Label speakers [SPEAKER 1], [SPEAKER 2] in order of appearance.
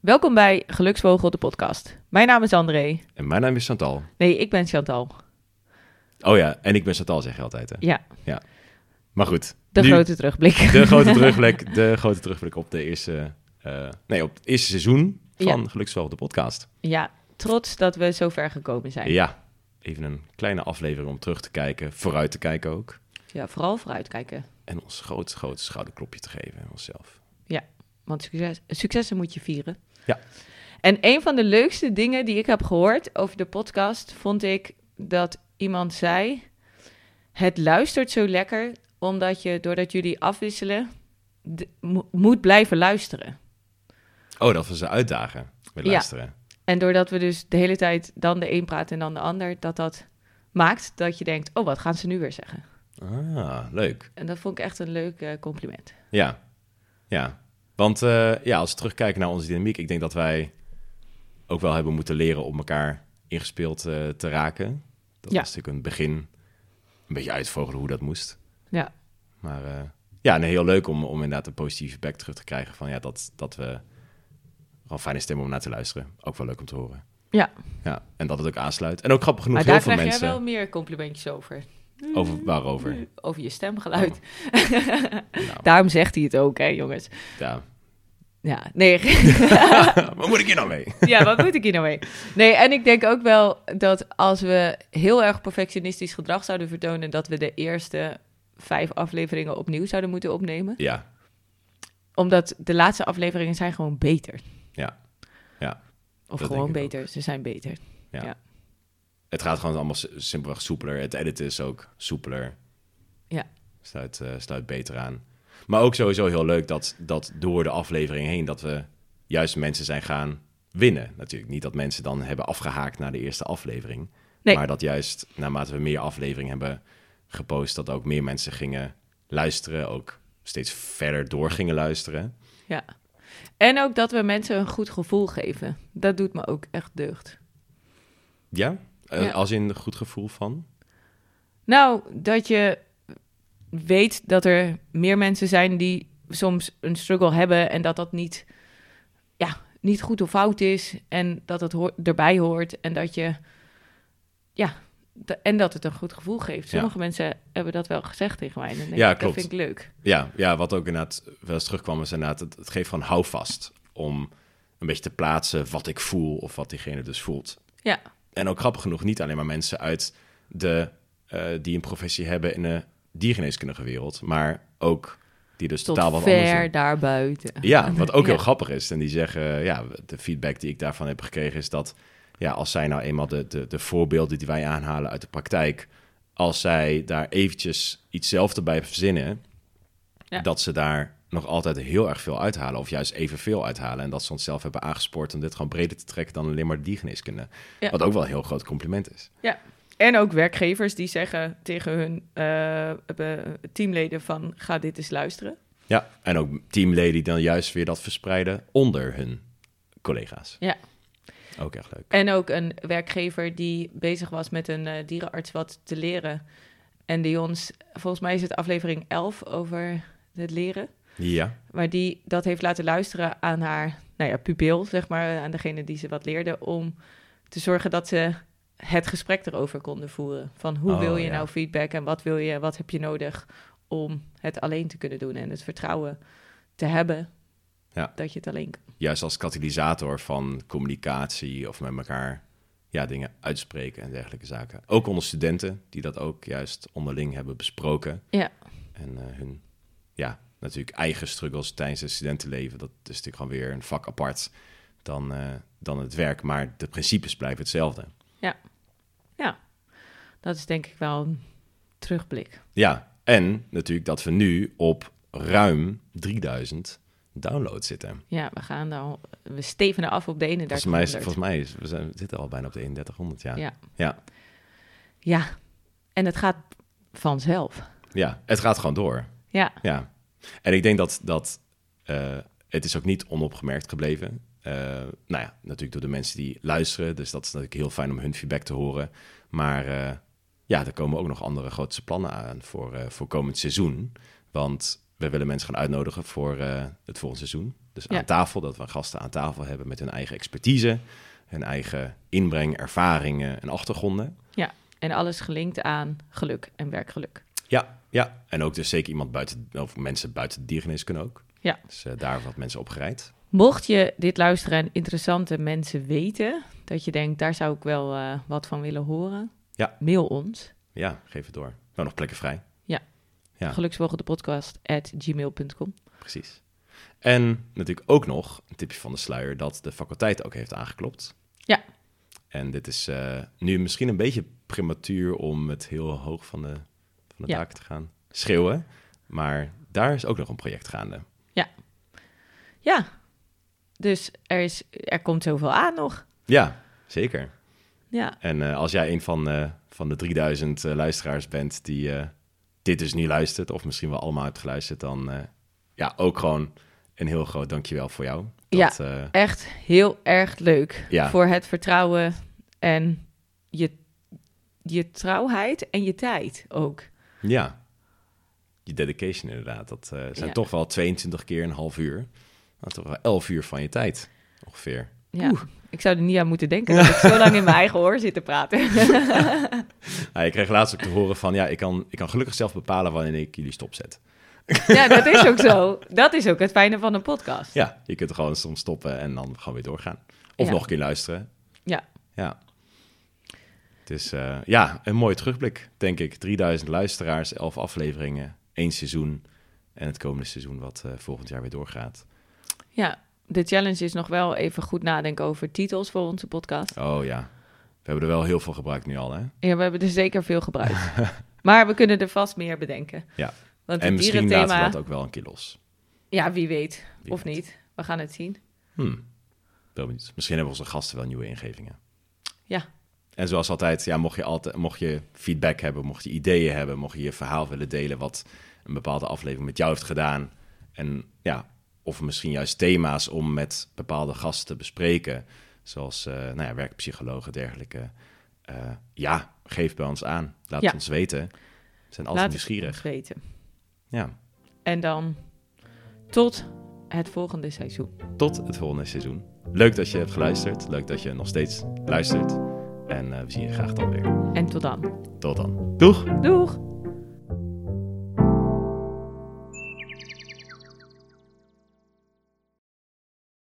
[SPEAKER 1] Welkom bij Geluksvogel, de podcast. Mijn naam is André.
[SPEAKER 2] En mijn naam is Chantal.
[SPEAKER 1] Nee, ik ben Chantal.
[SPEAKER 2] Oh ja, en ik ben Chantal, zeg je altijd. Hè?
[SPEAKER 1] Ja.
[SPEAKER 2] Maar goed.
[SPEAKER 1] De
[SPEAKER 2] nu
[SPEAKER 1] grote terugblik.
[SPEAKER 2] De grote terugblik, de grote terugblik op, de eerste, eh, nee, op het eerste seizoen van Geluksvogel, de podcast.
[SPEAKER 1] Ja, trots dat we zo ver gekomen zijn. Ja,
[SPEAKER 2] Ja, even een kleine aflevering om terug te kijken, vooruit te kijken ook.
[SPEAKER 1] vooral vooruitkijken.
[SPEAKER 2] En ons groot, groot schouderklopje te geven aan onszelf.
[SPEAKER 1] Want succes, successen moet je vieren.
[SPEAKER 2] Ja.
[SPEAKER 1] En een van de leukste dingen die ik heb gehoord over de podcast... vond ik dat iemand zei... Het luistert zo lekker omdat je, doordat jullie afwisselen... d- mo- moet blijven luisteren.
[SPEAKER 2] Oh, dat was een uitdagen met
[SPEAKER 1] Ja.
[SPEAKER 2] luisteren.
[SPEAKER 1] En doordat we dus de hele tijd dan de een praat en dan de ander, dat dat maakt dat je denkt, oh, wat gaan ze nu weer zeggen?
[SPEAKER 2] Ah, leuk.
[SPEAKER 1] En dat vond ik echt een leuk eh, compliment.
[SPEAKER 2] Ja, ja. Want eh, ja, als we terugkijken naar onze dynamiek, ik denk dat wij ook wel hebben moeten leren om elkaar ingespeeld eh, te raken. Dat
[SPEAKER 1] Ja.
[SPEAKER 2] was natuurlijk een begin, een beetje uitvogelen hoe dat moest.
[SPEAKER 1] Ja.
[SPEAKER 2] Maar eh, ja, nee, heel leuk om, om inderdaad een positieve feedback terug te krijgen van ja, dat, dat we gewoon fijne stemmen om naar te luisteren. Ook wel leuk om te horen.
[SPEAKER 1] Ja.
[SPEAKER 2] Ja, en dat het ook aansluit. En ook grappig genoeg
[SPEAKER 1] maar daar
[SPEAKER 2] heel veel
[SPEAKER 1] krijg
[SPEAKER 2] mensen
[SPEAKER 1] jij Mm. wel meer complimentjes over.
[SPEAKER 2] over waarover.
[SPEAKER 1] Over je stemgeluid.
[SPEAKER 2] Nou,
[SPEAKER 1] Daarom zegt hij het ook, hè, jongens.
[SPEAKER 2] ja.
[SPEAKER 1] Ja, nee,
[SPEAKER 2] Wat moet ik hier nou mee?
[SPEAKER 1] ja, wat moet ik hier nou mee? Nee, en ik denk ook wel dat als we heel erg perfectionistisch gedrag zouden vertonen, dat we de eerste vijf afleveringen opnieuw zouden moeten opnemen.
[SPEAKER 2] Ja,
[SPEAKER 1] Omdat de laatste afleveringen zijn gewoon beter.
[SPEAKER 2] Ja. Ja.
[SPEAKER 1] Of
[SPEAKER 2] Dat
[SPEAKER 1] gewoon
[SPEAKER 2] denk ik ook.
[SPEAKER 1] beter. Ze zijn beter.
[SPEAKER 2] Het gaat gewoon allemaal s- simpelweg soepeler. Het editen is ook soepeler.
[SPEAKER 1] Ja.
[SPEAKER 2] Sluit, eh, sluit beter aan. Maar ook sowieso heel leuk dat, dat door de aflevering heen... dat we juist mensen zijn gaan winnen natuurlijk. Niet dat mensen dan hebben afgehaakt na de eerste aflevering.
[SPEAKER 1] Nee.
[SPEAKER 2] Maar dat juist naarmate we meer afleveringen hebben gepost... dat ook meer mensen gingen luisteren. Ook steeds verder door gingen luisteren.
[SPEAKER 1] Ja. En ook dat we mensen een goed gevoel geven. Dat doet me ook echt deugd.
[SPEAKER 2] Ja? Eh,
[SPEAKER 1] Ja.
[SPEAKER 2] Als in goed gevoel van?
[SPEAKER 1] Nou, dat je weet dat er meer mensen zijn die soms een struggle hebben en dat dat niet, ja, niet goed of fout is en dat het hoor- erbij hoort en dat je, ja, d- en dat het een goed gevoel geeft. Sommige mensen hebben dat wel gezegd tegen mij. En dan denk
[SPEAKER 2] Ja,
[SPEAKER 1] ik,
[SPEAKER 2] klopt.
[SPEAKER 1] Dat vind ik leuk.
[SPEAKER 2] Ja, ja, wat ook inderdaad wel eens terugkwam, is inderdaad, het, het geeft gewoon houvast om een beetje te plaatsen wat ik voel of wat diegene dus voelt.
[SPEAKER 1] Ja.
[SPEAKER 2] En ook grappig genoeg, niet alleen maar mensen uit de, eh, die een professie hebben in de diergeneeskundige wereld, maar ook die dus
[SPEAKER 1] Tot
[SPEAKER 2] totaal wat anders
[SPEAKER 1] ver
[SPEAKER 2] doen.
[SPEAKER 1] daarbuiten.
[SPEAKER 2] Ja, wat ook
[SPEAKER 1] Ja.
[SPEAKER 2] heel grappig is. En die zeggen, ja, de feedback die ik daarvan heb gekregen is dat, ja, als zij nou eenmaal de, de, de voorbeelden die wij aanhalen uit de praktijk, als zij daar eventjes iets zelf bij verzinnen,
[SPEAKER 1] Ja.
[SPEAKER 2] dat ze daar nog altijd heel erg veel uithalen, of juist evenveel uithalen. En dat ze onszelf hebben aangespoord om dit gewoon breder te trekken dan alleen maar de diergeneeskunde.
[SPEAKER 1] Ja.
[SPEAKER 2] Wat ook wel een heel groot compliment is.
[SPEAKER 1] En ook werkgevers die zeggen tegen hun eh, be- teamleden van ga dit eens luisteren.
[SPEAKER 2] Ja, en ook teamleden die dan juist weer dat verspreiden onder hun collega's.
[SPEAKER 1] Ja.
[SPEAKER 2] Ook echt leuk.
[SPEAKER 1] En ook een werkgever die bezig was met een eh, dierenarts wat te leren. En die ons, volgens mij is het aflevering 11 over het leren.
[SPEAKER 2] Ja.
[SPEAKER 1] Maar die dat heeft laten luisteren aan haar nou ja, pupil, zeg maar, aan degene die ze wat leerde. Om te zorgen dat ze het gesprek erover konden voeren. Van hoe
[SPEAKER 2] Oh,
[SPEAKER 1] wil je
[SPEAKER 2] ja.
[SPEAKER 1] nou feedback en wat wil je, wat heb je nodig om het alleen te kunnen doen. En het vertrouwen te hebben
[SPEAKER 2] Ja.
[SPEAKER 1] dat je het alleen kan.
[SPEAKER 2] juist als katalysator van communicatie of met elkaar ja, dingen uitspreken en dergelijke zaken. Ook onder studenten die dat ook juist onderling hebben besproken.
[SPEAKER 1] Ja.
[SPEAKER 2] En eh, hun ja, natuurlijk eigen struggles tijdens het studentenleven, dat is natuurlijk gewoon weer een vak apart dan, eh, dan het werk, maar de principes blijven hetzelfde.
[SPEAKER 1] Dat is denk ik wel een terugblik.
[SPEAKER 2] Ja, en natuurlijk dat we nu op ruim 3000 downloads zitten.
[SPEAKER 1] Ja, we gaan nou, we stevenen af op de ene
[SPEAKER 2] Volgens mij, is, volgens mij is, we zijn, we zitten al bijna op de 3100, ja.
[SPEAKER 1] Ja.
[SPEAKER 2] Ja.
[SPEAKER 1] Ja, en het gaat vanzelf.
[SPEAKER 2] Ja, het gaat gewoon door.
[SPEAKER 1] Ja,
[SPEAKER 2] Ja, en ik denk dat, dat eh, het is ook niet onopgemerkt gebleven. Eh, nou ja, natuurlijk door de mensen die luisteren. Dus dat is natuurlijk heel fijn om hun feedback te horen. Maar eh, ja, er komen ook nog andere grootste plannen aan voor, eh, voor komend seizoen. Want we willen mensen gaan uitnodigen voor eh, het volgende seizoen. Dus
[SPEAKER 1] Ja.
[SPEAKER 2] aan tafel, dat we gasten aan tafel hebben met hun eigen expertise, hun eigen inbreng, ervaringen en achtergronden.
[SPEAKER 1] En alles gelinkt aan geluk en werkgeluk.
[SPEAKER 2] Ja, ja. En ook dus zeker iemand buiten, of mensen buiten de diergenees kunnen ook.
[SPEAKER 1] Ja.
[SPEAKER 2] Dus eh, daar wat mensen opgereid.
[SPEAKER 1] Mocht je dit luisteren en interessante mensen weten, dat je denkt, daar zou ik wel eh, wat van willen horen,
[SPEAKER 2] Ja.
[SPEAKER 1] mail ons.
[SPEAKER 2] Ja, geef het door. Nou, nog plekken vrij. Ja.
[SPEAKER 1] Gelukswogendepodcast at gmail.com.
[SPEAKER 2] Precies. En natuurlijk ook nog een tipje van de sluier dat de faculteit ook heeft aangeklopt.
[SPEAKER 1] Ja.
[SPEAKER 2] En dit is eh, nu misschien een beetje prematuur om het heel hoog van de, van de
[SPEAKER 1] Ja.
[SPEAKER 2] daken te gaan schreeuwen. Maar daar is ook nog een project gaande.
[SPEAKER 1] Ja, dus er, is, er komt zoveel aan nog.
[SPEAKER 2] Ja, zeker.
[SPEAKER 1] Ja,
[SPEAKER 2] En eh, als jij een van, eh, van de 3000 eh, luisteraars bent die eh, dit dus niet luistert, of misschien wel allemaal hebt geluisterd, dan eh, ja, ook gewoon een heel groot dankjewel voor jou.
[SPEAKER 1] Ja.
[SPEAKER 2] Dat, eh,
[SPEAKER 1] echt heel erg leuk
[SPEAKER 2] Ja.
[SPEAKER 1] voor het vertrouwen en je, je trouwheid en je tijd ook.
[SPEAKER 2] ja. Je dedication inderdaad. Dat eh, zijn
[SPEAKER 1] Ja.
[SPEAKER 2] toch wel 22 keer een half uur. Dat is toch wel 11 uur van je tijd, ongeveer.
[SPEAKER 1] Ja, ik zou er niet aan moeten denken dat ik zo lang in mijn eigen oor zit te praten.
[SPEAKER 2] Ah, ik kreeg laatst ook te horen van, ja, ik kan, ik kan gelukkig zelf bepalen wanneer ik jullie stopzet.
[SPEAKER 1] ja, dat is ook zo. Dat is ook het fijne van een podcast.
[SPEAKER 2] Ja, je kunt er gewoon soms stoppen en dan gewoon weer doorgaan. Of
[SPEAKER 1] Ja.
[SPEAKER 2] nog een keer luisteren.
[SPEAKER 1] Ja.
[SPEAKER 2] Ja. Het is eh, ja, een mooi terugblik, denk ik. 3000 luisteraars, 11 afleveringen, één seizoen. En het komende seizoen wat eh, volgend jaar weer doorgaat.
[SPEAKER 1] Ja, de challenge is nog wel even goed nadenken over titels voor onze podcast.
[SPEAKER 2] Oh ja, we hebben er wel heel veel gebruikt nu al, hè?
[SPEAKER 1] Ja, we hebben er zeker veel gebruikt. maar we kunnen er vast meer bedenken.
[SPEAKER 2] Ja.
[SPEAKER 1] Want
[SPEAKER 2] En
[SPEAKER 1] het
[SPEAKER 2] misschien
[SPEAKER 1] dierenthema...
[SPEAKER 2] laten we dat ook wel een keer los.
[SPEAKER 1] Ja, wie weet.
[SPEAKER 2] Wie
[SPEAKER 1] of
[SPEAKER 2] weet.
[SPEAKER 1] niet. We gaan het zien.
[SPEAKER 2] Hm. Wel benieuwd. Misschien hebben onze gasten wel nieuwe ingevingen.
[SPEAKER 1] Ja.
[SPEAKER 2] En zoals altijd, ja, mocht, je altijd, mocht je feedback hebben, mocht je ideeën hebben, mocht je je verhaal willen delen wat een bepaalde aflevering met jou heeft gedaan. En ja, of misschien juist thema's om met bepaalde gasten te bespreken, zoals eh, nou ja, werkpsychologen, dergelijke. Eh, ja, geef bij ons aan. Laat
[SPEAKER 1] Ja.
[SPEAKER 2] het ons weten. We zijn altijd
[SPEAKER 1] Laat het
[SPEAKER 2] nieuwsgierig.
[SPEAKER 1] ons weten.
[SPEAKER 2] Ja,
[SPEAKER 1] En dan tot het volgende seizoen.
[SPEAKER 2] tot het volgende seizoen. Leuk dat je hebt geluisterd. Leuk dat je nog steeds luistert. En eh, we zien je graag dan weer.
[SPEAKER 1] En tot dan.
[SPEAKER 2] Tot dan. Doeg!
[SPEAKER 1] Doeg!